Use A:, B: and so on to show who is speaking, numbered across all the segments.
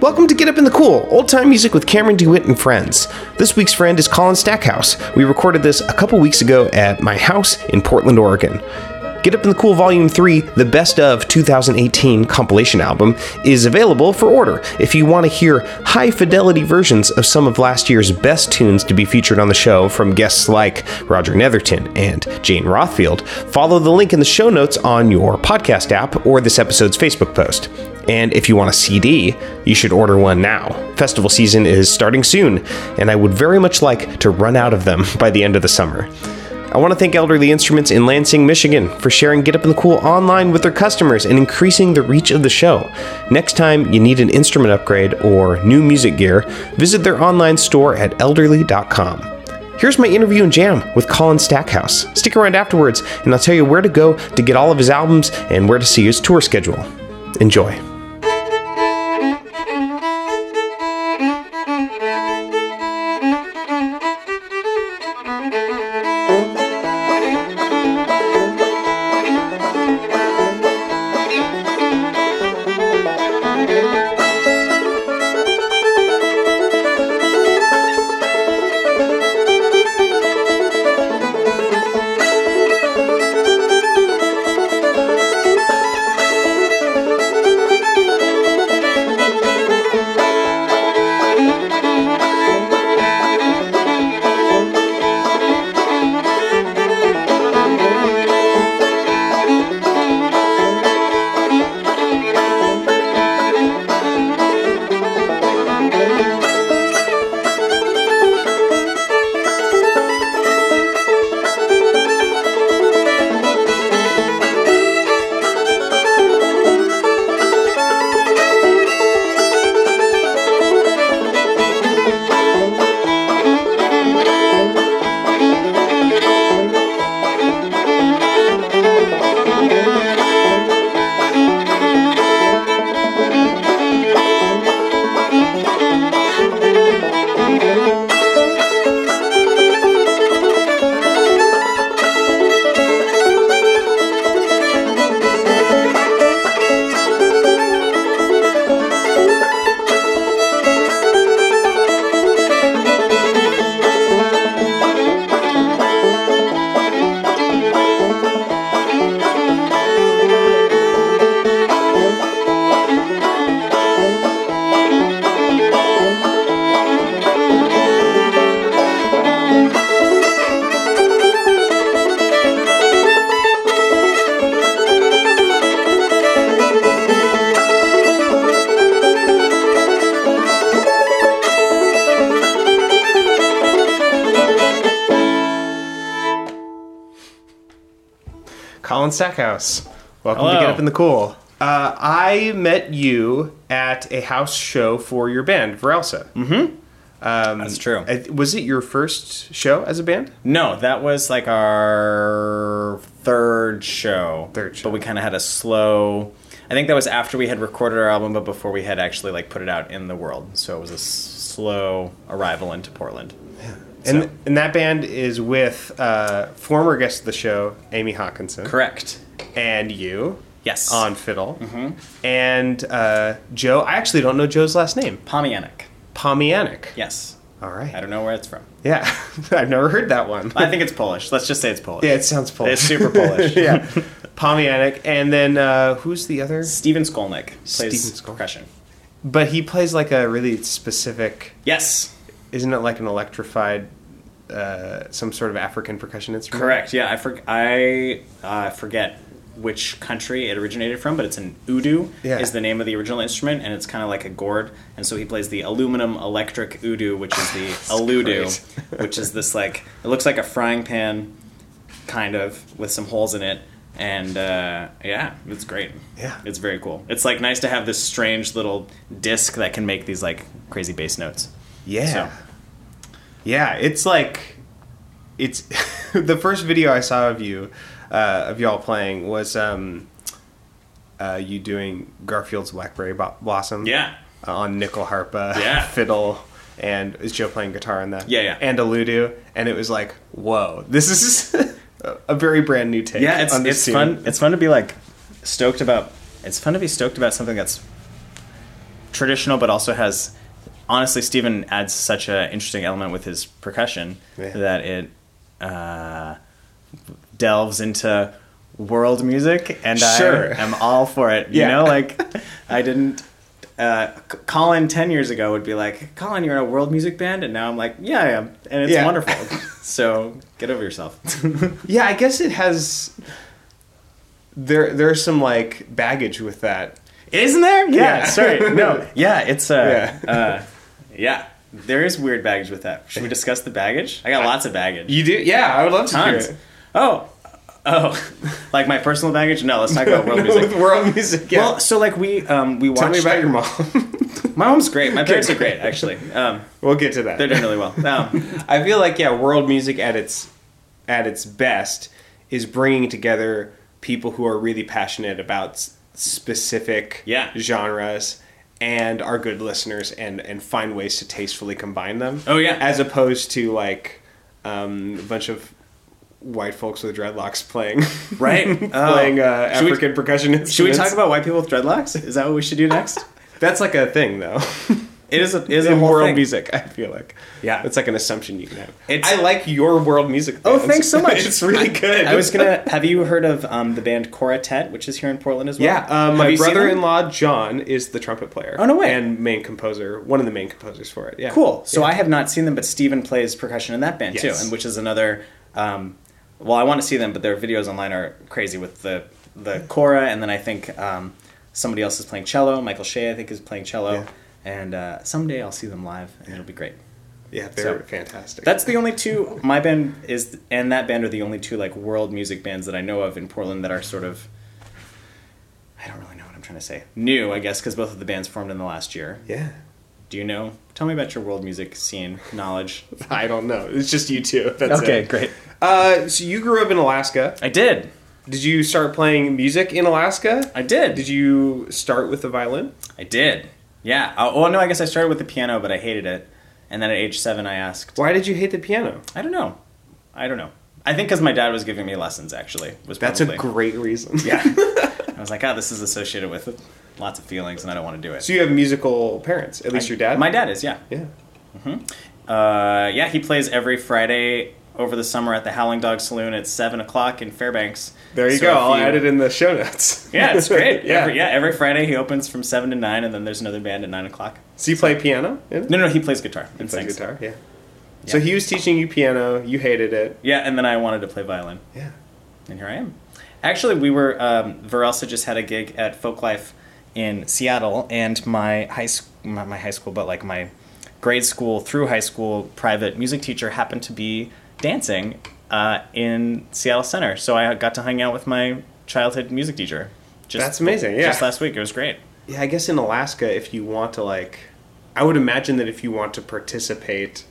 A: Welcome to Get Up in the Cool, old time music with Cameron DeWitt and friends. This week's friend is Colin Stackhouse. We recorded this a couple weeks ago at my house in Portland, Oregon. Get Up in the Cool Volume 3, the best of 2018 compilation album, is available for order if you want to hear high fidelity versions of some of last year's best tunes to be featured on the show from guests like Roger Netherton and Jane Rothfield. Follow the link in the show notes on your podcast app or this episode's Facebook post. And if you want a CD, you should order one now. Festival season is starting soon, and I would very much like to run out of them by the end of the summer. I want to thank Elderly Instruments in Lansing, Michigan for sharing Get Up in the Cool online with their customers and increasing the reach of the show. Next time you need an instrument upgrade or new music gear, visit their online store at elderly.com. Here's my interview and jam with Colin Stackhouse. Stick around afterwards, and I'll tell you where to go to get all of his albums and where to see his tour schedule. Enjoy. Colin Stackhouse. Welcome to
B: Hello.
A: Get Up in the Cool. Uh, I met you at a house show for your band, Verelsa. Mm-hmm. Um,
B: That's true.
A: I- was it your first show as a band?
B: No, that was like our third show.
A: Third show.
B: But we kind of had a slow. I think that was after we had recorded our album, but before we had actually like put it out in the world. So it was a s- slow arrival into Portland.
A: And,
B: So-
A: and that band is with uh, former guest of the show, Amy Hawkinson.
B: Correct.
A: And you.
B: Yes.
A: On fiddle. Mm-hmm. And uh, Joe, I actually don't know Joe's last name.
B: Pomianik.
A: Pomianic.
B: Yes.
A: All
B: I
A: right.
B: don't know where it's from.
A: Yeah. I've never heard that one.
B: I think it's Polish. Let's just say it's Polish.
A: yeah, it sounds Polish.
B: It's super Polish.
A: yeah. Pomianic. And then uh, who's the other?
B: Steven Skolnick plays
A: Steven Skolnick.
B: percussion.
A: But he plays like a really specific,
B: Yes.
A: isn't it like an electrified, uh, some sort of African percussion instrument?
B: Correct. Yeah, I for, I uh, forget which country it originated from, but it's an udu
A: Yeah.
B: is the name of the original instrument, and it's kind of like a gourd. And so he plays the aluminum electric udu, which is the aludu, which is this like it looks like a frying pan, kind of with some holes in it. And uh, yeah, it's great.
A: Yeah.
B: it's very cool. It's like nice to have this strange little disc that can make these like crazy bass notes.
A: Yeah.
B: So-
A: Yeah, it's like it's the first video I saw of you uh, of y'all playing was um uh, you doing Garfield's Blackberry Bo- Blossom. uh,
B: Yeah.
A: on nickel harpa,
B: Yeah.
A: fiddle and is Joe playing guitar in that?
B: Yeah, yeah.
A: And a ludo and it was like, "Whoa, this is a very brand new take."
B: yeah it's,
A: on this
B: it's
A: tune.
B: fun it's fun to be like stoked about it's fun to be stoked about something that's traditional, but also has. Honestly, Steven adds such an interesting element with his percussion
A: Yeah.
B: that it uh, delves into world music, and
A: Sure.
B: I am all for it. You
A: Yeah.
B: know, like I didn't. Uh, C- Colin ten years ago would be like, "Colin, you're in a world music band," and now I'm like, "Yeah, I am," and it's
A: Yeah.
B: wonderful. so get over yourself.
A: Yeah, I guess it has. There, there's some like baggage with that.
B: Isn't there? Yeah,
A: Yeah.
B: sorry. No. Yeah, it's uh
A: Yeah.
B: yeah. uh yeah. There is weird baggage with that. Should we discuss the baggage? I got lots of baggage.
A: You do? Yeah, I would love to
B: Tons.
A: hear it.
B: Oh. Oh. Like my personal baggage? No, let's talk about world
A: No,
B: music.
A: World music. Yeah.
B: Well, so like we um we watched
A: Tell me about your mom.
B: My mom's great. My parents are great actually. Um
A: we'll get to
B: they're
A: that.
B: doing really well. Um
A: I feel like yeah, world music at its at its best is bringing together people who are really passionate about s- specific
B: Yeah.
A: genres and are good listeners and and find ways to tastefully combine them.
B: Oh, yeah.
A: as opposed to like um, a bunch of white folks with dreadlocks playing
B: right? Oh.
A: playing uh,
B: should we-
A: African percussion instruments.
B: Should we talk about white people with dreadlocks? Is that what we should do next?
A: that's like a thing though.
B: It is a it is a
A: in
B: whole
A: world
B: thing.
A: music. I feel like
B: Yeah.
A: it's like an assumption you can have.
B: It's-
A: I like your world music.
B: Oh,
A: bands.
B: thanks so much.
A: it's really good.
B: I was gonna. Have you heard of um, the band Coratet, which is here in Portland as well?
A: Yeah, uh,
B: Have
A: my
B: you seen them?
A: brother-in-law John is the trumpet player.
B: Oh, no way.
A: And main composer, one of the main composers for it. Yeah,
B: Cool. So I have not seen them, but Steven plays percussion in that band too,
A: Yes.
B: and which is another. Um, well, I want to see them, but their videos online are crazy with the the Cora, and then I think um, somebody else is playing cello. Michael Shea, I think, is playing cello,
A: Yeah.
B: and uh, someday I'll see them live, and it'll be great.
A: yeah, they're
B: So-
A: fantastic.
B: That's the only two. My band is, and that band are the only two like world music bands that I know of in Portland that are sort of. I don't really know what I'm trying to say. New, I guess, because both of the bands formed in the last year.
A: yeah.
B: Do you know? Tell me about your world music scene knowledge.
A: I don't know. It's just you two. That's it.
B: great.
A: Uh, so you grew up in Alaska.
B: I did.
A: Did you start playing music in Alaska?
B: I did.
A: Did you start with the violin?
B: I did. Yeah. Oh, well, no, I guess I started with the piano, but I hated it. And then at age seven, I asked.
A: Why did you hate the piano?
B: I don't know. I don't know. I think because my dad was giving me lessons. Actually, was
A: That's
B: probably.
A: a great reason.
B: yeah. I was like, ah, this is associated with lots of feelings, and I don't want to do it.
A: So you have musical parents, at least your dad?
B: My dad is, yeah.
A: Yeah.
B: Uh, yeah, he plays every Friday over the summer at the Howling Dog Saloon at 7 o'clock in Fairbanks.
A: There you
B: So
A: go.
B: if
A: I'll
B: you-
A: add it in the show notes.
B: Yeah, it's great.
A: yeah.
B: Every, yeah, every Friday he opens from 7 to 9, and then there's another band at 9 o'clock.
A: So you play piano? Yeah.
B: No, no, no, he plays guitar. He
A: Plays guitar. Yeah. So
B: Yeah.
A: he was teaching you piano. You hated it.
B: Yeah, and then I wanted to play violin,
A: Yeah.
B: and here I am. Actually, we were, um, Verelsa just had a gig at Folklife in Seattle, and my high, sc- my, my high school, but like my grade school through high school private music teacher happened to be dancing uh, in Seattle Center. So I got to hang out with my childhood music teacher. Just,
A: That's amazing, yeah.
B: Just last week. It was great.
A: Yeah, I guess in Alaska, if you want to like, I would imagine that if you want to participate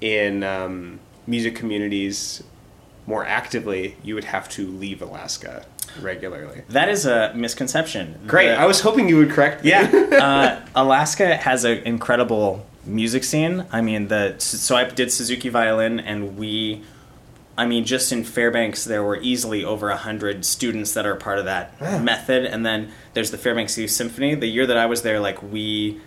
A: in um, music communities more actively, you would have to leave Alaska regularly.
B: That is a misconception.
A: Great.
B: The-
A: I was hoping you would correct me.
B: Yeah, uh, Alaska has an incredible music scene. I mean, the so I did Suzuki violin, and we, I mean, just in Fairbanks there were easily over hundred students that are part of that method. And then there's the Fairbanks Youth Symphony. The year that I was there, like we,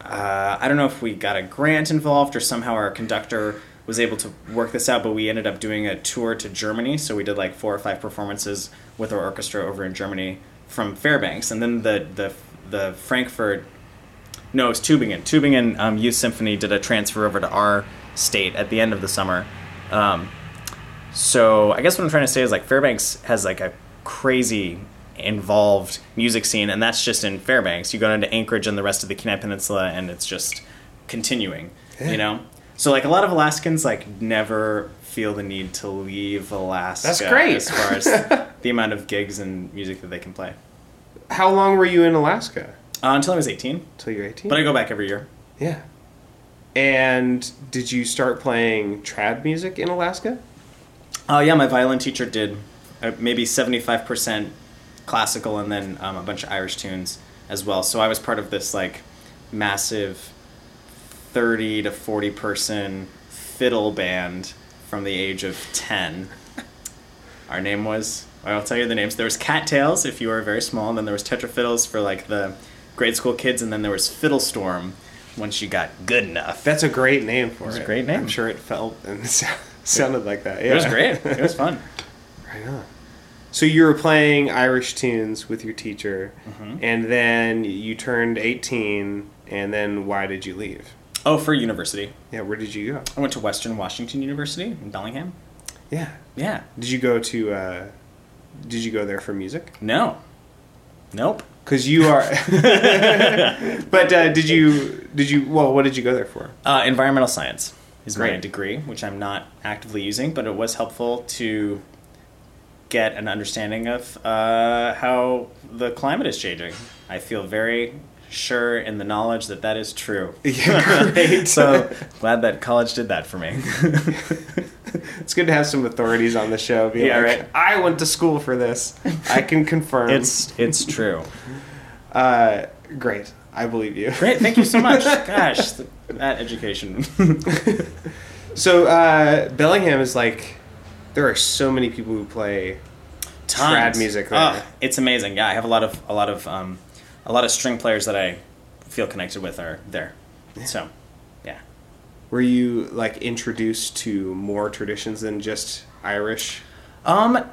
B: uh, I don't know if we got a grant involved or somehow our conductor was able to work this out, but we ended up doing a tour to Germany. So we did like four or five performances with our orchestra over in Germany from Fairbanks, and then the the the Frankfurt. No, it was Tübingen. Tübingen um, Youth Symphony did a transfer over to our state at the end of the summer. Um, so I guess what I'm trying to say is like Fairbanks has like a crazy involved music scene, and that's just in Fairbanks. You go into Anchorage and the rest of the Kenai Peninsula, and it's just continuing. You know, so like a lot of Alaskans like never feel the need to leave Alaska.
A: great.
B: as far as the amount of gigs and music that they can play.
A: How long were you in Alaska?
B: Uh, until I was 18,
A: Until you're 18?
B: but I go back every year.
A: yeah. And did you start playing trad music in Alaska?
B: Oh yeah, my violin teacher did uh, maybe seventy five percent classical and then um, a bunch of Irish tunes as well. So I was part of this like massive thirty to forty person fiddle band from the age of ten. Our name was I'll tell you the names. There was Cattails if you were very small, and then there was Tetra Fiddles for like the grade school kids, and then there was Fiddle Storm once you got good enough.
A: That's a great name for it.
B: It's a great name.
A: I'm sure it felt and sounded like that. Yeah.
B: It was great. It was fun.
A: Right on. So you were playing Irish tunes with your teacher,
B: Mm-hmm.
A: and then you turned 18, and then why did you leave?
B: Oh, for university,
A: Yeah, where did you go?
B: I went to Western Washington University in Bellingham.
A: Yeah.
B: Yeah.
A: Did you go to, uh, did you go there for music?
B: No. Nope.
A: Because you are, but uh, did you, did you, well, what did you go there for?
B: Uh, environmental science is my
A: Great.
B: degree, which I'm not actively using, but it was helpful to get an understanding of uh, how the climate is changing. I feel very sure in the knowledge that that is true.
A: Yeah, great.
B: so glad that college did that for me.
A: It's good to have some authorities on the show. Be
B: Yeah,
A: like,
B: right.
A: I went to school for this. I can confirm.
B: It's it's true.
A: uh, great. I believe you.
B: Great, thank you so much. Gosh, th- that education.
A: So uh, Bellingham is like, there are so many people who play.
B: Tons.
A: Trad music there.
B: Oh, it's amazing. Yeah, I have a lot of a lot of um, a lot of string players that I feel connected with are there. So, yeah.
A: Were you like introduced to more traditions than just Irish
B: Um,
A: at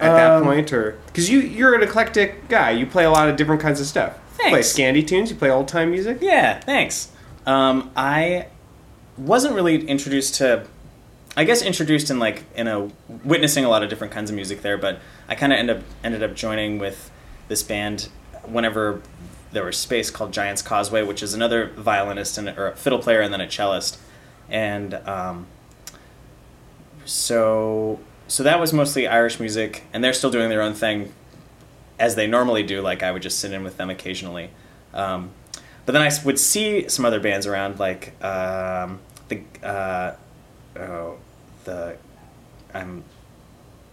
A: that
B: Um,
A: point, or because you you're an eclectic guy, you play a lot of different kinds of stuff. You play
B: Thanks.
A: Scandi tunes. You play old time music.
B: yeah, thanks. Um, I wasn't really introduced to, I guess introduced in like in a witnessing a lot of different kinds of music there, but I kind of end up ended up joining with this band whenever there was space called Giants Causeway, which is another violinist and or a fiddle player and then a cellist, and um, so so that was mostly Irish music, and they're still doing their own thing as they normally do. Like I would just sit in with them occasionally, um, but then I s- would see some other bands around, like um, the uh, oh, the I'm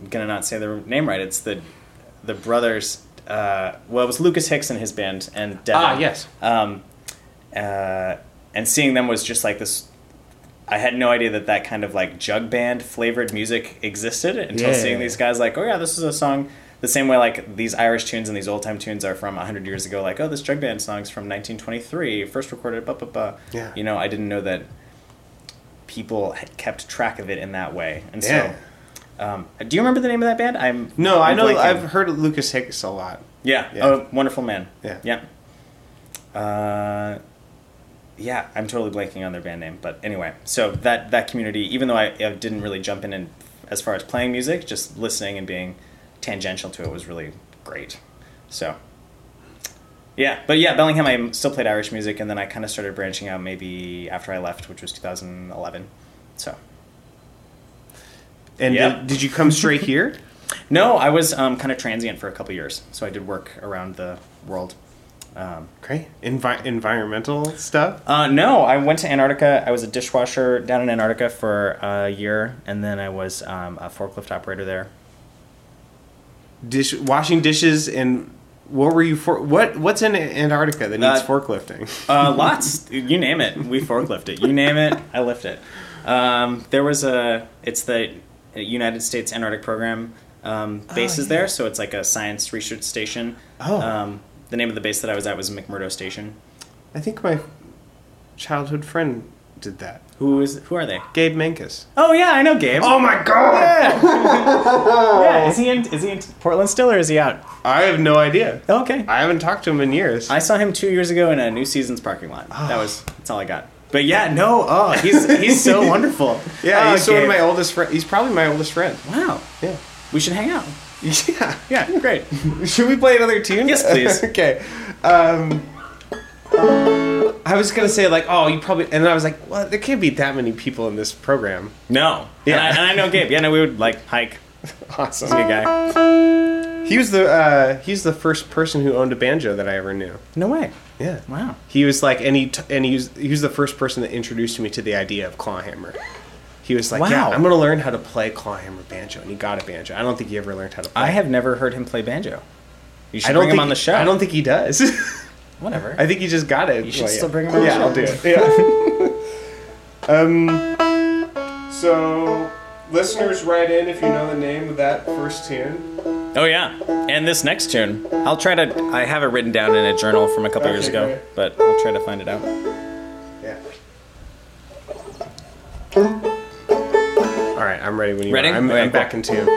B: gonna not say their name right. It's the the brothers. Uh, well, it was Lucas Hicks and his band, and Devin
A: Ah, yes.
B: um, uh, and seeing them was just like this. I had no idea that that kind of like jug band flavored music existed until
A: Yeah.
B: seeing these guys like, oh yeah, this is a song. The same way like these Irish tunes and these old time tunes are from hundred years ago. Like, oh, this jug band song's from 1923, first recorded. Blah blah blah.
A: Yeah.
B: You know, I didn't know that people had kept track of it in that way. And
A: Yeah.
B: so, um, do you remember the name of that band? I'm
A: No, i
B: I'm
A: know.
B: blanking.
A: I've heard of Lucas Hicks a lot.
B: Yeah.
A: Yeah.
B: Oh, wonderful man.
A: Yeah.
B: Yeah. Uh, yeah, I'm totally blanking on their band name, but anyway, so that that community, even though I, I didn't really jump in and as far as playing music, just listening and being tangential to it was really great. So. Yeah, but yeah, Bellingham. I still played Irish music, and then I kind of started branching out maybe after I left, which was 2011. So
A: And
B: Yeah.
A: did, did you come straight here?
B: no, I was um, kind of transient for a couple years, so I did work around the world. Um,
A: Okay. Envi- environmental stuff.
B: Uh, no, I went to Antarctica. I was a dishwasher down in Antarctica for a year, and then I was um, a forklift operator there.
A: dish washing dishes and what were you for what what's in antarctica that needs
B: Uh,
A: forklifting
B: Uh, lots, you name it, we forklift it. You name it, I lift it. Um, there was a, it's the United States Antarctic Program um, base is
A: yeah.
B: there, so it's like a science research station.
A: Oh.
B: Um, the name of the base that I was at was McMurdo Station.
A: i think my childhood friend did that
B: Who is? Who are they?
A: gabe mankus
B: Oh yeah, I know Gabe.
A: my god
B: yeah. Is he in? Is he in Portland still, or is he out? Oh,
A: i have no idea
B: Okay.
A: i haven't talked to him in years
B: I saw him two years ago in a New Seasons parking lot.
A: Ah.
B: That was that's all I got. But yeah, no, oh, he's he's so wonderful.
A: yeah
B: Oh,
A: he's one of
B: Gabe.
A: my oldest friend he's probably my oldest friend
B: Wow,
A: yeah
B: we should hang out.
A: yeah
B: Yeah, great.
A: should we play another tune
B: Yes, please.
A: okay um I was gonna say like, oh, you probably, and then I was like, well, there can't be that many people in this program.
B: No,
A: Yeah.
B: yeah, and I, and I know Gabe. Yeah, no, we would like hike.
A: Awesome.
B: Good guy.
A: He was the uh, he's the first person who owned a banjo that I ever knew.
B: No way.
A: Yeah.
B: Wow.
A: He was like, and he t- and he was he was the first person that introduced me to the idea of clawhammer. He was like, yeah,
B: Wow.
A: I'm gonna learn how to play clawhammer banjo, and he got a banjo. I don't think he ever learned how to. play
B: I have never heard him play banjo. You should
A: I don't
B: bring
A: think,
B: him on the show.
A: I don't think he does.
B: Whatever.
A: I think he just got it.
B: You should
A: Well, yeah.
B: still bring him on the
A: Yeah,
B: show.
A: I'll do it. Yeah. um. So, listeners, write in if you know the name of that first tune.
B: Oh yeah, and this next tune, I'll try to. I have it written down in a journal from a couple years ago, but I'll try to find it out.
A: Yeah. All right, I'm ready when you
B: Ready?
A: are. I'm,
B: Okay,
A: I'm
B: cool.
A: back in tune.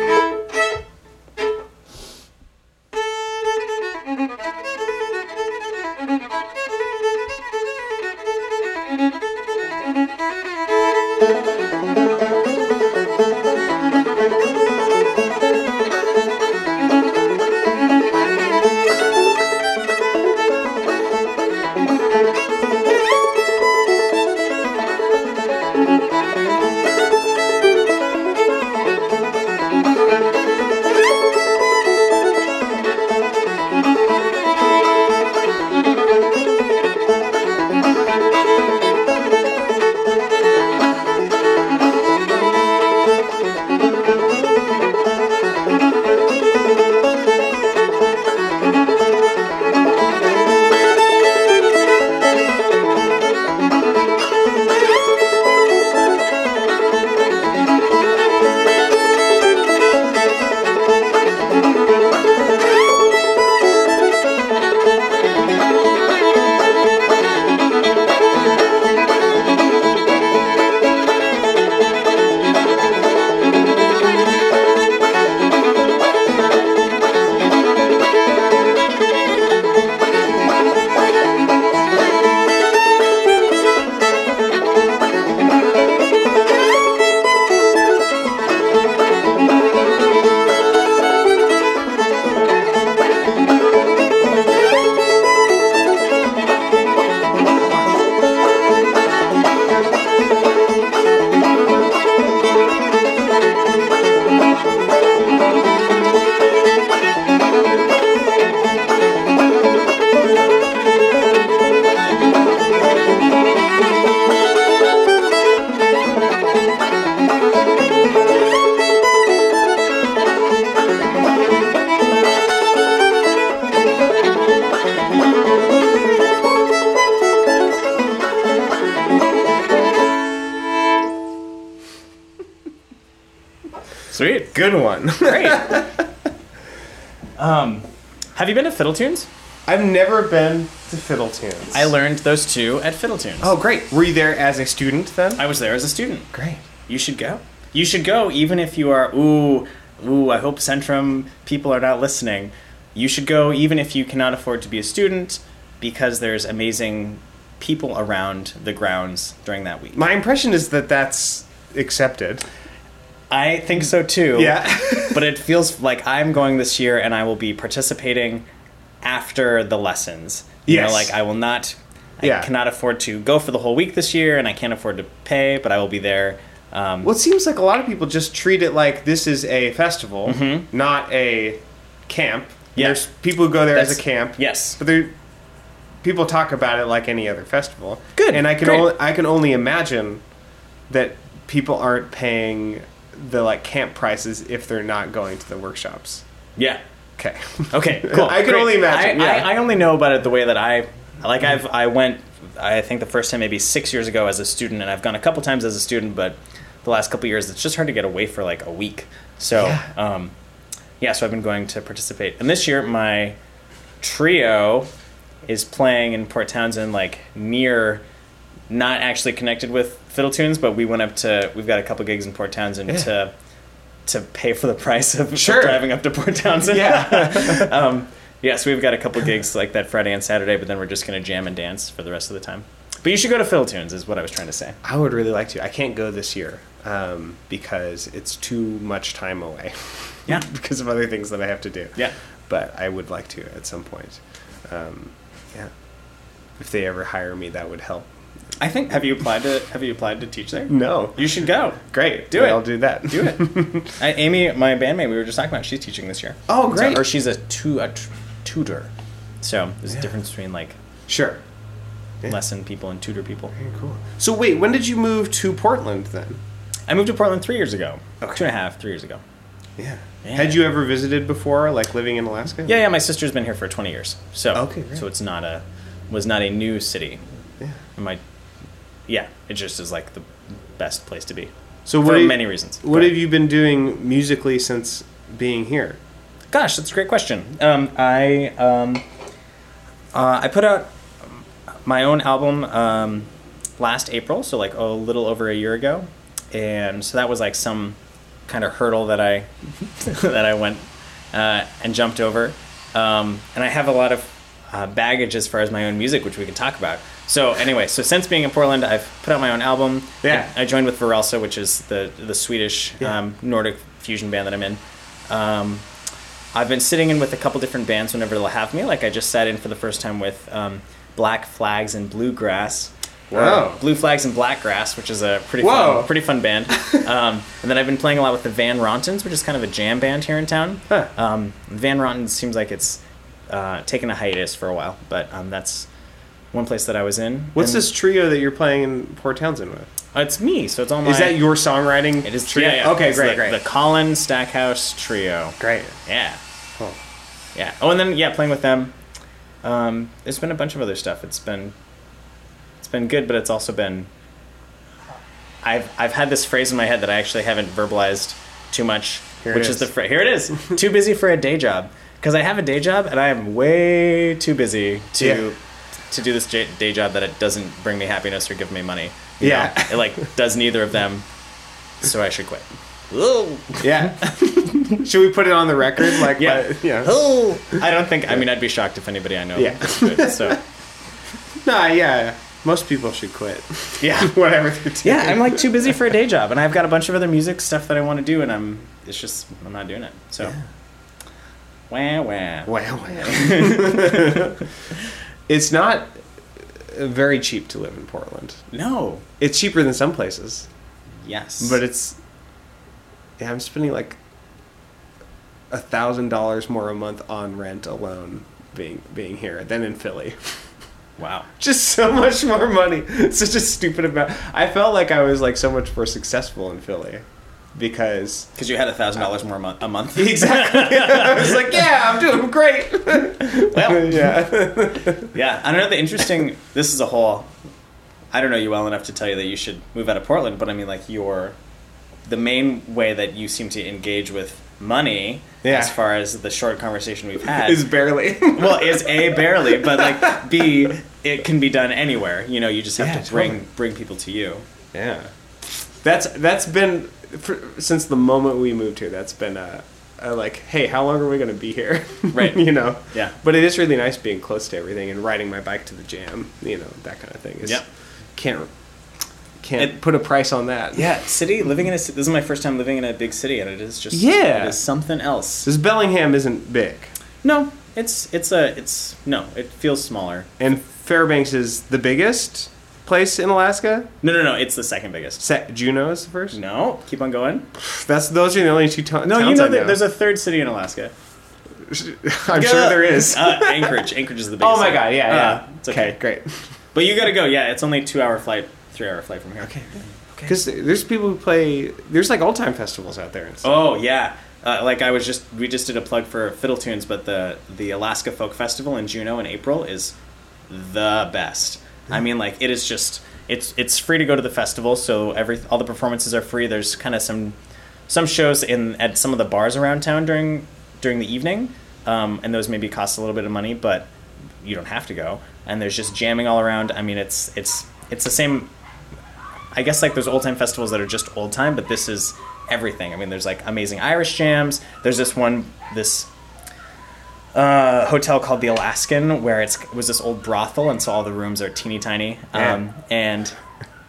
B: Sweet,
A: Good one.
B: great. um, have you been to Fiddle Tunes?
A: I've never been to fiddle tunes.
B: I learned those two at Fiddle Tunes.
A: oh, great. Were you there as a student then?
B: I was there as a student.
A: great.
B: You should go. You should go, even if you are. Ooh, ooh. I hope Centrum people are not listening. You should go, even if you cannot afford to be a student, because there's amazing people around the grounds during that week.
A: My impression is that that's accepted.
B: I think so too.
A: Yeah.
B: but it feels like I'm going this year, and I will be participating after the lessons. You
A: Yes.
B: know, like I will not. I
A: Yeah.
B: cannot afford to go for the whole week this year, and I can't afford to pay, but I will be there. Um,
A: Well, it seems like a lot of people just treat it like this is a festival, not a camp.
B: Mm-hmm. Yeah.
A: There's people who go there as
B: That's-
A: a camp.
B: yes.
A: But there, people talk about it like any other festival.
B: Good,
A: And I can
B: great.
A: only I can only imagine that people aren't paying the like camp prices if they're not going to the workshops.
B: Yeah.
A: Okay.
B: Okay, cool.
A: I can
B: Great.
A: only imagine,
B: I,
A: yeah.
B: I, I only know about it the way that I like. I've I went. I think the first time maybe six years ago as a student, and I've gone a couple times as a student, but the last couple years it's just hard to get away for like a week. So,
A: Yeah.
B: um, yeah. So I've been going to participate, and this year my trio is playing in Port Townsend, like near. Not actually connected with Fiddle Tunes, but we went up to. We've got a couple gigs in Port Townsend
A: Yeah.
B: to to pay for the price of of
A: Sure.
B: driving up to Port Townsend.
A: yeah.
B: Um, yeah, so we've got a couple gigs like that Friday and Saturday, but then we're just going to jam and dance for the rest of the time. But you should go to Phil Tunes, is what I was trying to say.
A: I would really like to. I can't go this year um, because it's too much time away.
B: Yeah.
A: because of other things that I have to do.
B: Yeah.
A: But I would like to at some point. Um, yeah. If they ever hire me, that would help.
B: I think have you applied to have you applied to teach there?
A: No.
B: You should go.
A: Great.
B: Do
A: Then
B: it.
A: I'll do that.
B: Do it. I, Amy, my bandmate, we were just talking about, she's teaching this year.
A: Oh,
B: So-
A: great.
B: or she's a, tu- a t- tutor. So there's a difference between like
A: Sure. Yeah.
B: lesson people and tutor people.
A: Cool. So wait, when did you move to Portland then?
B: I moved to Portland three years ago.
A: Okay.
B: Two and a half, three years ago.
A: Yeah.
B: Yeah.
A: Had you ever visited before, like living in Alaska?
B: Yeah, yeah. My sister's been here for 20 years, so
A: Okay, great.
B: so it's not a was not a new city.
A: Yeah.
B: And My, yeah, it just is like the best place to be
A: So
B: for
A: what do you-
B: many reasons.
A: What have you been doing musically since being here?
B: Gosh, that's a great question. Um, I um, uh, I put out my own album um, last April, so like a little over a year ago, and so that was like some kind of hurdle that I that I went uh, and jumped over, um, and I have a lot of uh, baggage as far as my own music, which we can talk about. So anyway, so since being in Portland, I've put out my own album.
A: Yeah.
B: I, I joined with Virelsa, which is the the Swedish
A: Yeah.
B: um, Nordic fusion band that I'm in. Um, I've been sitting in with a couple different bands whenever they'll have me. Like I just sat in for the first time with um, Black Flags and Bluegrass.
A: Wow.
B: Blue Flags and Blackgrass, which is a pretty
A: Oh. Whoa.
B: fun, pretty fun band. um, and then I've been playing a lot with the Van Rontons, which is kind of a jam band here in town.
A: Huh.
B: Um, Van Ronten seems like it's uh, taken a hiatus for a while, but um, that's one place that I was in.
A: What's
B: And-
A: this trio that you're playing in Port Townsend with?
B: Uh, it's me, so it's all my.
A: Is that your songwriting?
B: It is
A: trio.
B: yeah, yeah.
A: Okay,
B: It's
A: great,
B: the,
A: great,
B: The Colin Stackhouse trio.
A: great.
B: Yeah.
A: Cool.
B: Yeah. Oh, and then yeah, playing with them. Um, there's been a bunch of other stuff. It's been, it's been good, but it's also been. I've I've had this phrase in my head that I actually haven't verbalized too much,
A: Here it
B: which
A: is.
B: is the fra- here it is. too busy for a day job because I have a day job and I am way too busy to.
A: Yeah.
B: To do this j- day job that it doesn't bring me happiness or give me money. you
A: Yeah.
B: know? it like does neither of them, so I should quit. Whoa.
A: Yeah. Should we put it on the record? Like,
B: Yeah.
A: but- yeah.
B: Oh, I don't think. I mean, I'd be shocked if anybody I know.
A: Yeah.
B: Could, so
A: Nah, yeah. Most people should quit.
B: yeah,
A: Whatever they're doing.
B: yeah. I'm like too busy for a day job, and I've got a bunch of other music stuff that I want to do, and I'm it's just I'm not doing it. So, wah
A: Wow,
B: wah.
A: wow. it's not uh, very cheap to live in Portland.
B: No.
A: It's cheaper than some places,
B: Yes.
A: but it's. Yeah, I'm spending like a thousand dollars more a month on rent alone being being here than in Philly.
B: wow.
A: Just so much more money. Such a stupid amount. I felt like I was like so much more successful in Philly because
B: Because you had a thousand dollars more a month. A month.
A: exactly. I was like, yeah, I'm doing great.
B: Well.
A: yeah.
B: Yeah. I don't know. The interesting. This is a whole. I don't know you well enough to tell you that you should move out of Portland, but I mean, like your the main way that you seem to engage with money,
A: Yeah.
B: as far as the short conversation we've had,
A: It's barely.
B: well, it's a barely, but like b, it can be done anywhere. You know, you just have
A: Yeah,
B: to bring
A: totally.
B: bring people to you.
A: Yeah, that's that's been for, since the moment we moved here. That's been a, a like, hey, how long are we going to be here?
B: Right.
A: you know.
B: Yeah.
A: But it is really nice being close to everything and riding my bike to the jam. You know that kind of thing. Is,
B: Yep.
A: Can't can't
B: It-
A: put a price on that.
B: Yeah, city living in a ci- this is my first time living in a big city, and it is just
A: Yeah.
B: it is something else.
A: Because Bellingham isn't big,
B: No, it's it's a it's no, it feels smaller.
A: and Fairbanks is the biggest place in Alaska.
B: No, no, no, it's the second biggest.
A: Sa- Juneau is the first.
B: No, keep on going.
A: That's those are the only two to-
B: No,
A: towns
B: you know
A: I know.
B: that there's a third city in Alaska.
A: I'm sure there is.
B: uh, Anchorage. Anchorage is the biggest.
A: oh my
B: city.
A: god! Yeah,
B: Uh,
A: yeah.
B: It's okay.
A: great.
B: but you gotta go. Yeah, it's only two hour flight, three hour flight from here.
A: Okay. Because there's people who play. There's like old time festivals out there and stuff.
B: Oh yeah, uh, like I was just we just did a plug for Fiddle Tunes, but the the Alaska Folk Festival in Juneau in April is the best. I mean, like it is just it's it's free to go to the festival, so every all the performances are free. There's kind of some some shows in at some of the bars around town during during the evening, um, and those maybe cost a little bit of money, but you don't have to go. And there's just jamming all around. I mean, it's it's it's the same I guess like there's old time festivals that are just old time, but this is everything. I mean, there's like amazing Irish jams. There's this one, this uh, hotel called the Alaskan, where it's it was this old brothel, and so all the rooms are teeny tiny. Um, And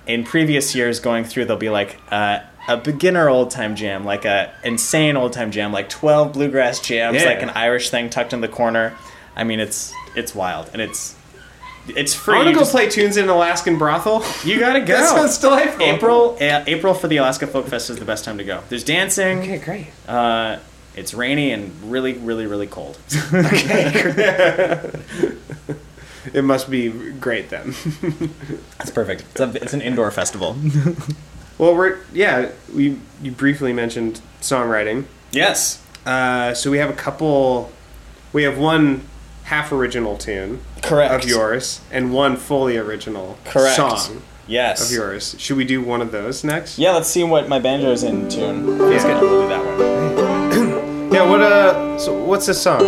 B: in previous years, going through, there'll be like uh, a beginner old time jam, like a insane old time jam, like twelve bluegrass jams,
A: Yeah.
B: like an Irish thing tucked in the corner. I mean, it's it's wild, and it's it's free.
A: I want to
B: You
A: go
B: just-
A: play tunes in an Alaskan brothel.
B: you gotta go.
A: That sounds delightful.
B: April, uh, April for the Alaska Folk Fest is the best time to go. There's dancing.
A: Okay, great.
B: Uh, it's rainy and really, really, really cold.
A: It must be great then.
B: That's perfect. It's, a, it's an indoor festival.
A: well, we're yeah. We you briefly mentioned songwriting.
B: yes.
A: Uh, so we have a couple. We have one half original tune
B: Correct.
A: of yours and one fully original
B: Correct.
A: song
B: Yes.
A: of yours. Should we do one of those next?
B: Yeah. Let's see what my banjo's in tune. Let's
A: Yeah.
B: get- we'll do that one.
A: Yeah. What uh? So what's this song?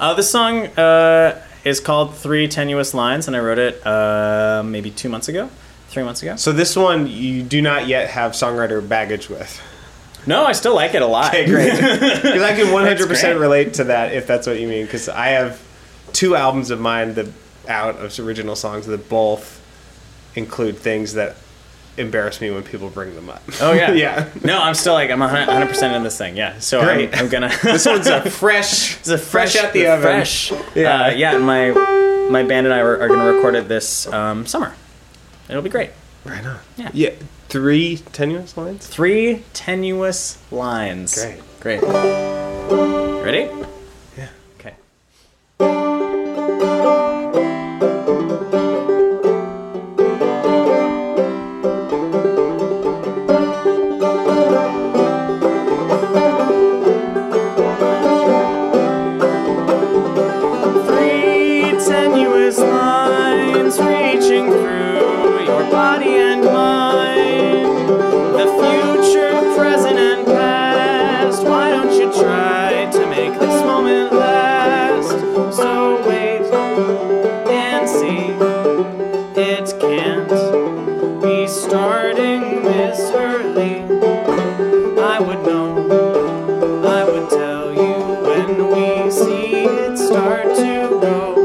B: Uh, this song uh, is called Three Tenuous Lines, and I wrote it uh, maybe two months ago, three months ago.
A: So this one you do not yet have songwriter baggage with.
B: No, I still like it a lot.
A: Okay, great. Because I can 100
B: That's great.
A: percent relate to that if that's what you mean. Because I have two albums of mine that out of original songs that both include things that embarrass me when people bring them up.
B: Oh yeah,
A: yeah.
B: No, I'm still like I'm 100 percent in this thing. Yeah, so I'm,
A: Great.
B: I'm gonna.
A: This one's a fresh.
B: It's a fresh,
A: out the oven.
B: Fresh.
A: Yeah.
B: Yeah, uh, yeah. And my my band and I are, are going to record it this um, summer. It'll be great.
A: Right on.
B: Yeah.
A: Yeah. Three tenuous lines.
B: Three tenuous lines.
A: Great.
B: Great. You ready?
A: Yeah.
B: Okay. Three tenuous lines reaching through your body and mind. The future, present, and past. Why don't you try to make this moment last? So wait and see. It can't be starting this early. I would know. I would tell you when we see it start to go.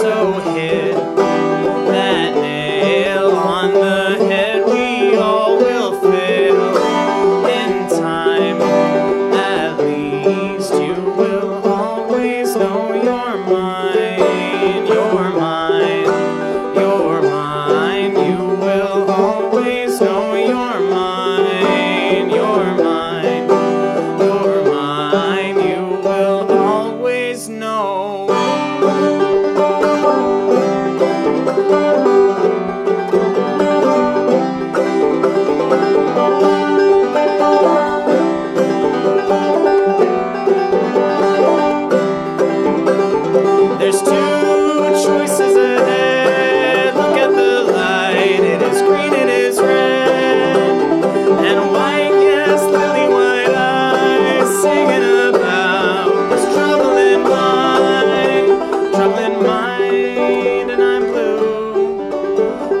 B: So hit that nail on the head we all will fail in time. At least you will always know you're mine, you're mine, you're mine. You will always know you're mine, you're mine, you're mine. You will always know. There's two choices ahead. Look at the light. It is green, it is red. And white, yes, lily white eyes. Singing about this trouble in mine. Trouble in mine. And I'm blue.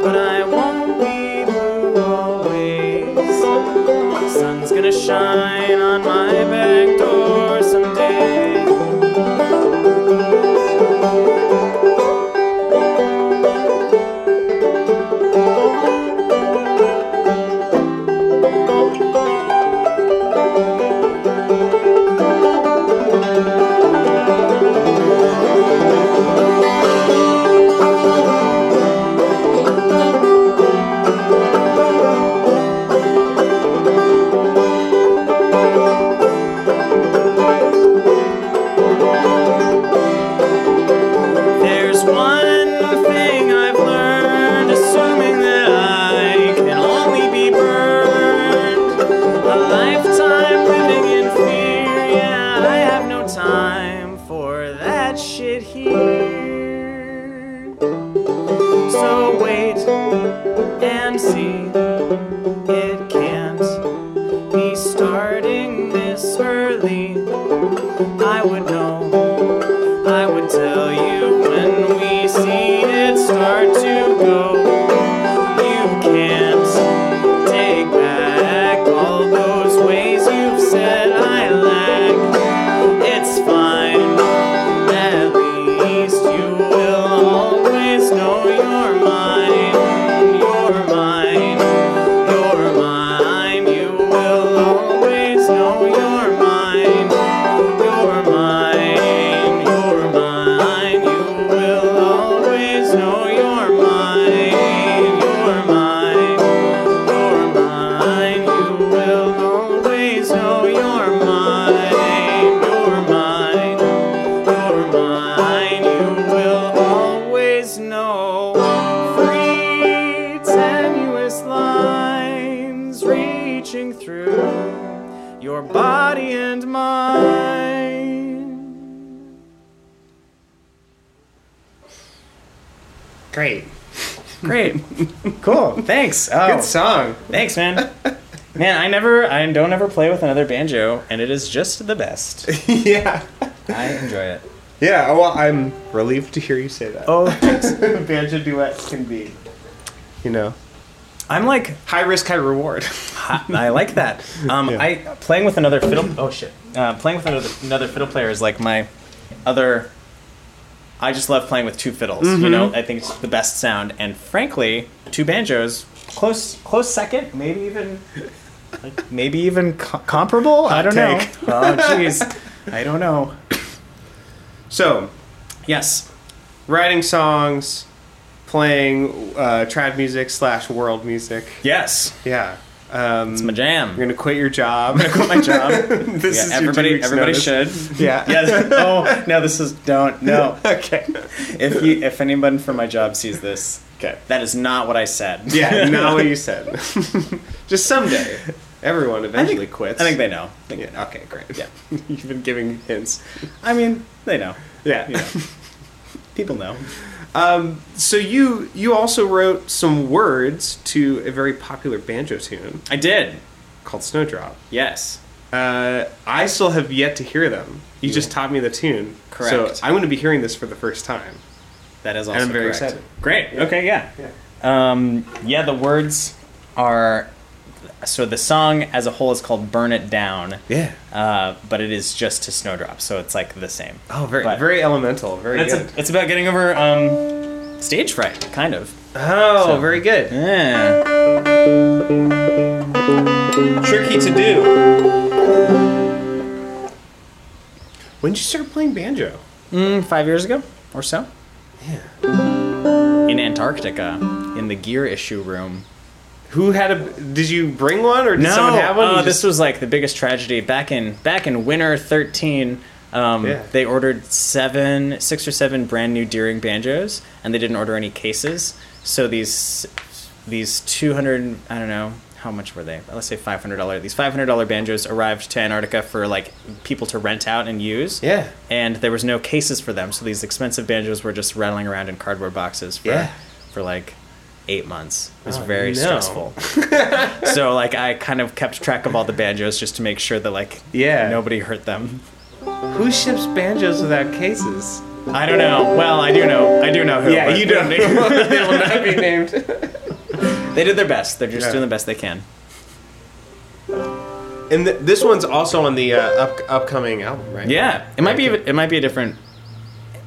B: But I won't be blue always. Sun's gonna shine on my back door someday. There's one thing I've learned, assuming that I can only be burned. A lifetime living in fear, yeah, I have no time for that shit here. So wait and see, it can't be starting this early. I would know. I would tell you when we see it start to go. You can't take back all those ways you've said I lack. It's fine. At least you will always know you're mine. You're mine. You're mine. You will always know you're mine. You're mine, you're mine, you will always know you're mine, you're mine, you're mine, you will always know you're mine, you're mine, you're mine, you will always know free tenuous lines reaching through your body and mine.
A: Great.
B: Great.
A: Cool.
B: Thanks. Oh,
A: Good song.
B: thanks, man. Man, I never, I don't ever play with another banjo, and it is just the best.
A: yeah.
B: I enjoy it.
A: Yeah, oh, well, I'm relieved to hear you say that.
B: Oh, banjo duet can be.
A: You know,
B: I'm like,
A: high risk, high reward.
B: I, I like that. Um,
A: Yeah.
B: I playing with another fiddle. Oh shit! Uh, playing with another, another fiddle player is like my other. I just love playing with two fiddles.
A: Mm-hmm.
B: You know, I think it's the best sound, and frankly, two banjos, close, close second, maybe even, like, maybe even co- comparable. I don't
A: take.
B: know. Oh jeez, I don't know.
A: so,
B: Yes,
A: writing songs, playing uh, trad music slash world music.
B: yes,
A: Yeah. Um,
B: it's my jam.
A: you're gonna quit your job.
B: quit my job.
A: this
B: yeah,
A: is your two
B: everybody,
A: weeks'
B: everybody
A: notice.
B: should.
A: Yeah.
B: Yes. Oh no, this is don't no.
A: Okay.
B: If you, if anyone from my job sees this,
A: Okay.
B: that is not what I said.
A: Yeah, not what you said. Just someday, everyone
B: I
A: eventually
B: think
A: quits.
B: I think they know. I think-
A: Yeah. Okay. Great.
B: Yeah.
A: You've been giving hints.
B: I mean, they know.
A: Yeah.
B: You know. People know.
A: So you you also wrote some words to a very popular banjo tune
B: I did.
A: called Snowdrop.
B: Yes.
A: Uh, I still have yet to hear them. You just taught me the tune.
B: Correct.
A: So I'm going to be hearing this for the first time.
B: That is also
A: I'm very
B: correct.
A: excited.
B: Great. Okay. Yeah. Um, yeah. The words are. So the song as a whole is called "Burn It Down,"
A: Yeah.
B: uh, but it is just to snowdrops, so it's like the same.
A: Oh, very
B: But-
A: very elemental. Very
B: It's,
A: good.
B: a, it's about getting over um, stage fright, kind of.
A: oh,
B: so-
A: very good.
B: Yeah.
A: Tricky to do. When did you start playing banjo?
B: Mm, five years ago or so. Yeah. In Antarctica, in the gear issue room.
A: Who had a? Did you bring one or did someone have one?
B: uh,
A: You
B: this
A: just-
B: was like the biggest tragedy back in back in winter thirteen. Um,
A: Yeah.
B: They ordered seven, six or seven brand new Deering banjos, and they didn't order any cases. So these these two hundred, I don't know how much were they? Let's say five hundred dollar. These five hundred dollar banjos arrived to Antarctica for like people to rent out and use.
A: Yeah.
B: And there was no cases for them, so these expensive banjos were just rattling around in cardboard boxes for
A: Yeah.
B: for like eight months. It was
A: Oh,
B: very
A: no.
B: stressful so like I kind of kept track of all the banjos just to make sure that like
A: Yeah.
B: nobody hurt them.
A: Who ships banjos without cases?
B: I don't know. Well, I do know. I do
A: Oh,
B: know who. but-
A: they will not be named.
B: they did their best. They're just
A: Yeah.
B: doing the best they can.
A: And th- this one's also on the uh, up- upcoming album, right?
B: Yeah, it might be.
A: Okay.
B: It might be a different.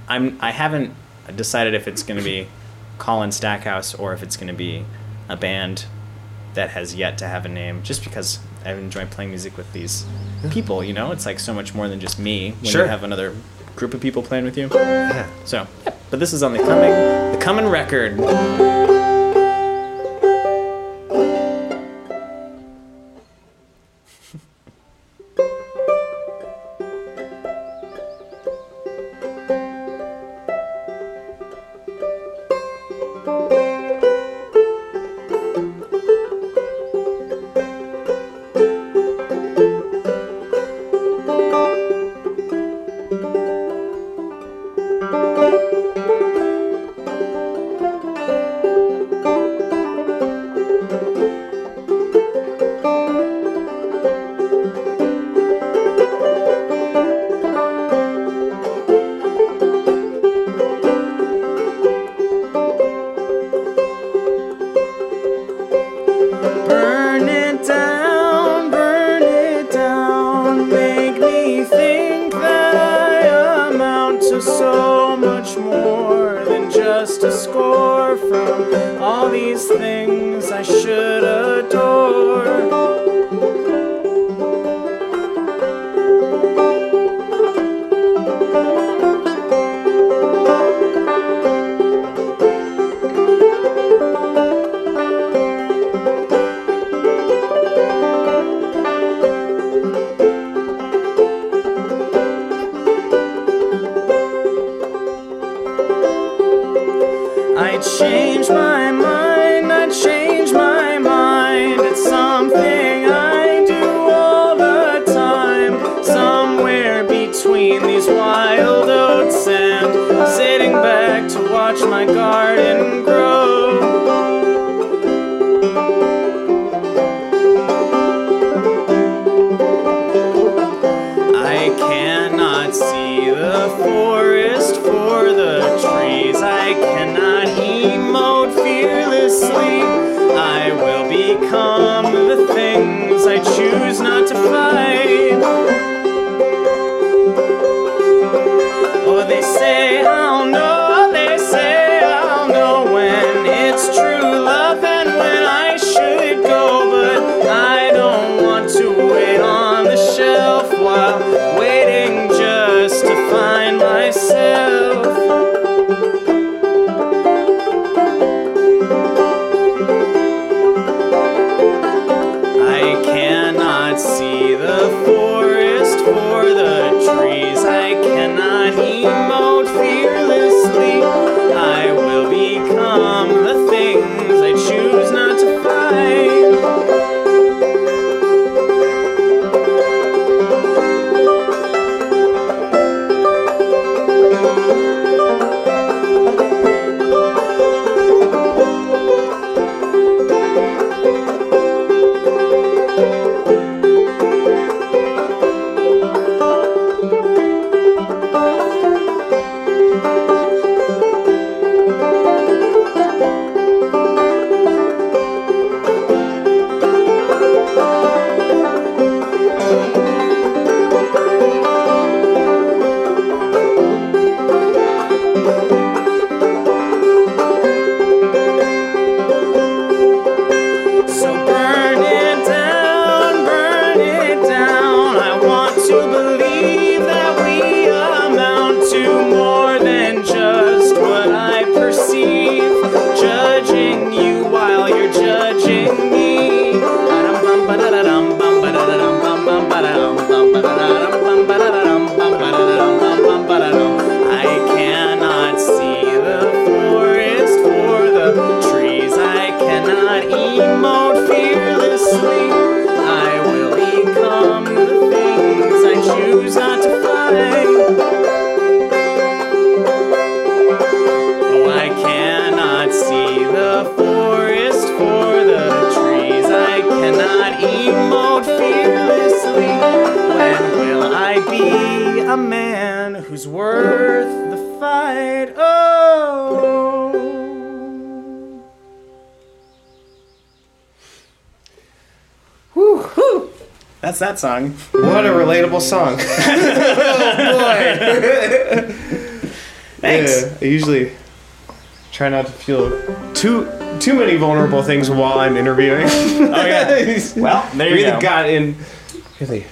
B: I'm. I haven't decided if it's going to be Colin Stackhouse or if it's going to be a band that has yet to have a name. Just because I enjoy playing music with these people, you know, it's like so much more than just me. When
A: Sure.
B: you have another group of people playing with you.
A: Yeah.
B: So, yeah, but this is on the coming, the coming record. Burn it down, burn it down. Make me think that I amount to so much more than just a score from all these things I should adore. I change my mind, I change my mind. It's something I do all the time. Somewhere between these wild oats and sitting back to watch my garden grow. judging you while you're judging me. Ba-dum, bum, ba-da-da-dum, bum, ba-da-da-dum, bum, bum, ba-da-dum, bum, ba-da-da-dum, bum, ba-da-da-dum, bum, ba-da-da-dum, bum, bum, ba-da-dum. I cannot see the forest for the trees. I cannot emote fearlessly. I will become the things I choose not to find. Oh, I cannot see the forest for the trees. I cannot emote fearlessly. When will I be a man who's worth the fight? Oh. Whew. That's that song. Oh,
A: What a relatable song.
B: Thanks.
A: Yeah, I usually try not to feel too too many vulnerable things while I'm interviewing.
B: Oh, yeah. Well, there you
A: really
B: go.
A: got in, really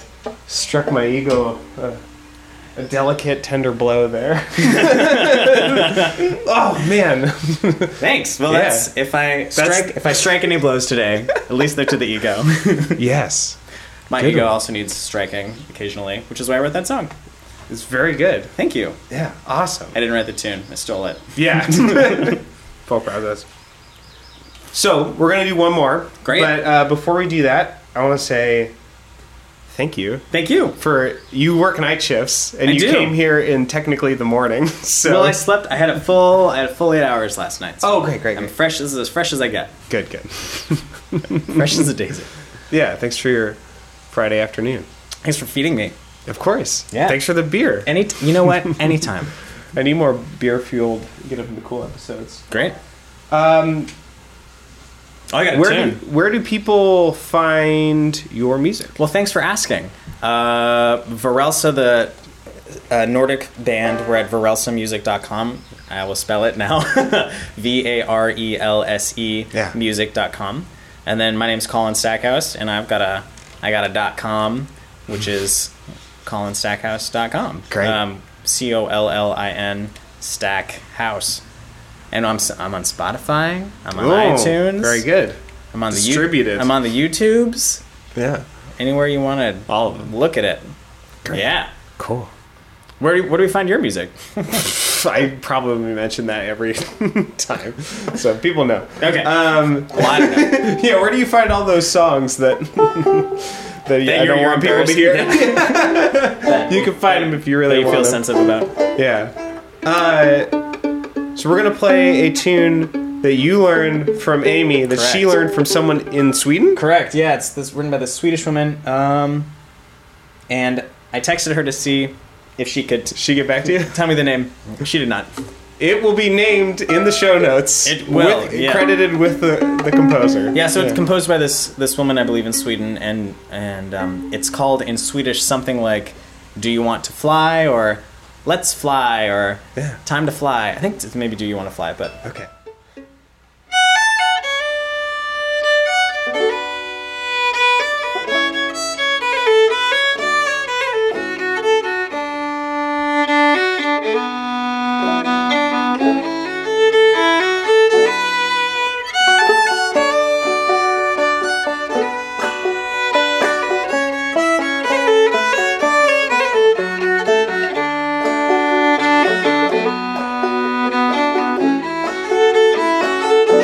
A: struck my ego a, a delicate, tender blow there. oh man,
B: Thanks. Well,
A: Yeah.
B: that's if I strike if I strike any blows today, at least they're to the ego.
A: yes,
B: My
A: Good
B: ego
A: one.
B: also needs striking occasionally, which is why I wrote that song.
A: it's very good.
B: Thank you.
A: Yeah, awesome.
B: I didn't write the tune. I stole it.
A: Yeah. Full process. So we're gonna do one more.
B: Great.
A: But uh, before we do that, I want to say thank you
B: Thank you.
A: for you work night shifts and
B: I
A: you
B: do.
A: came here in technically the morning. So
B: Well, I slept. I had a full. I had a full eight hours last night. so
A: oh, great, great,
B: I'm
A: great.
B: fresh. This is as fresh as I get.
A: good, good.
B: Fresh as a daisy.
A: Yeah, thanks for your Friday afternoon.
B: Thanks for feeding me.
A: Of course.
B: Yeah.
A: Thanks for the beer.
B: Any. T- you know what? Anytime.
A: I need more beer fueled. Get up in the cool episodes.
B: Great.
A: Um,
B: Oh, I got a
A: where
B: tune.
A: do, where do people find your music?
B: Well, thanks for asking. Uh, Varelsa, the uh, Nordic band, we're at varelsamusic.com. I will spell it now V A R E L S E
A: Yeah.
B: music.com. And then my name's Colin Stackhouse, and I've got a I got a dot com, which is colinstackhouse.com.
A: Great.
B: Um, C O L L I N Stackhouse. And I'm, s- I'm on Spotify. I'm on
A: Oh,
B: iTunes.
A: Very good.
B: I'm on The,
A: Distributed.
B: you- I'm on the YouTubes
A: Yeah.
B: anywhere you want to
A: All of them.
B: look at it.
A: Great.
B: Yeah.
A: Cool.
B: Where do, where do we find your music?
A: I probably mention that every time, so people know.
B: Okay.
A: Um,
B: A lot of them.
A: yeah, where do you find all those songs that that you,
B: That
A: I
B: you're-
A: don't
B: you're
A: want people to
B: embarrassed-
A: hear?
B: that- that-
A: You can find them if you
B: that
A: really
B: you
A: want
B: feel
A: them.
B: sensitive about.
A: Yeah. Uh, so we're gonna play a tune that you learned from Amy that she
B: Correct.
A: learned from someone in Sweden.
B: Correct. Yeah, it's this written by the Swedish woman. Um, and I texted her to see if she could t-
A: She get back to you.
B: tell me the name. She did not.
A: It will be named in the show notes.
B: It will,
A: with-
B: yeah.
A: credited with the, the composer.
B: Yeah, so it's composed by this this woman, I believe, in Sweden, and and um, it's called in Swedish something like "Do you want to fly?" or "Let's fly" or
A: Yeah.
B: "Time to fly." I think it's maybe "Do you want to fly," but
A: okay.
C: Thank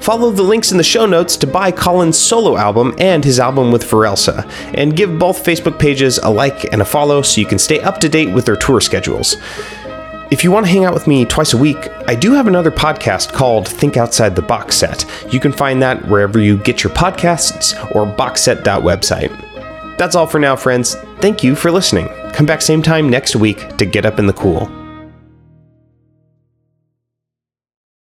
A: Follow the links in the show notes to buy Colin's solo album and his album with Varelsa, and give both Facebook pages a like and a follow so you can stay up to date with their tour schedules. If you want to hang out with me twice a week, I do have another podcast called Think Outside the Box Set. You can find that wherever you get your podcasts or boxset.website. That's all for now, friends. Thank you for listening. Come back same time next week to get up in the cool.